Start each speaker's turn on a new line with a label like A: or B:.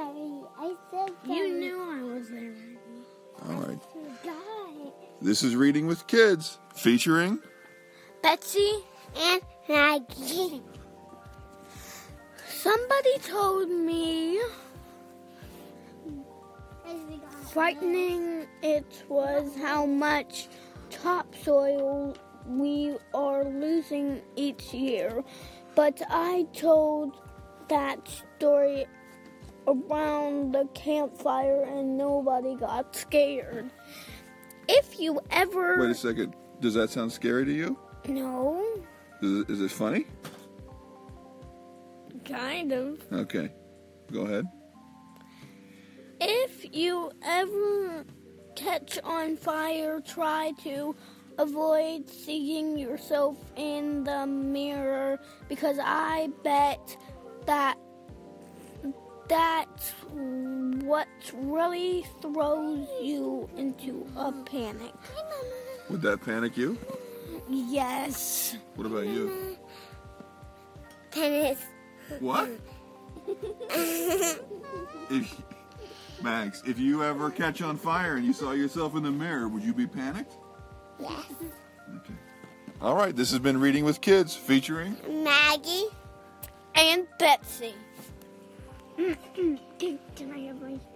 A: I said
B: You
A: that
B: knew I was there.
C: All right.
A: you got
C: This is Reading with Kids, featuring
B: Betsy,
A: it. And Maggie.
B: somebody told me frightening it was how much topsoil we are losing each year. But I told that story around the campfire and nobody got scared. If you ever
C: Wait a second. Does that sound scary to you?
B: no,
C: Is it, is it funny?
B: kind of.
C: Okay. Go ahead.
B: If you ever catch on fire, try to avoid seeing yourself in the mirror because I bet that that's what really throws you into a panic.
C: Would that panic you?
B: Yes.
C: What about you?
A: Tennis.
C: What? if, Max, if you ever catch on fire and you saw yourself in the mirror, would you be panicked?
A: Yes.
C: Okay. All right. This has been Reading with Kids, featuring.
A: Maggie.
B: And Betsy.
A: Can I have my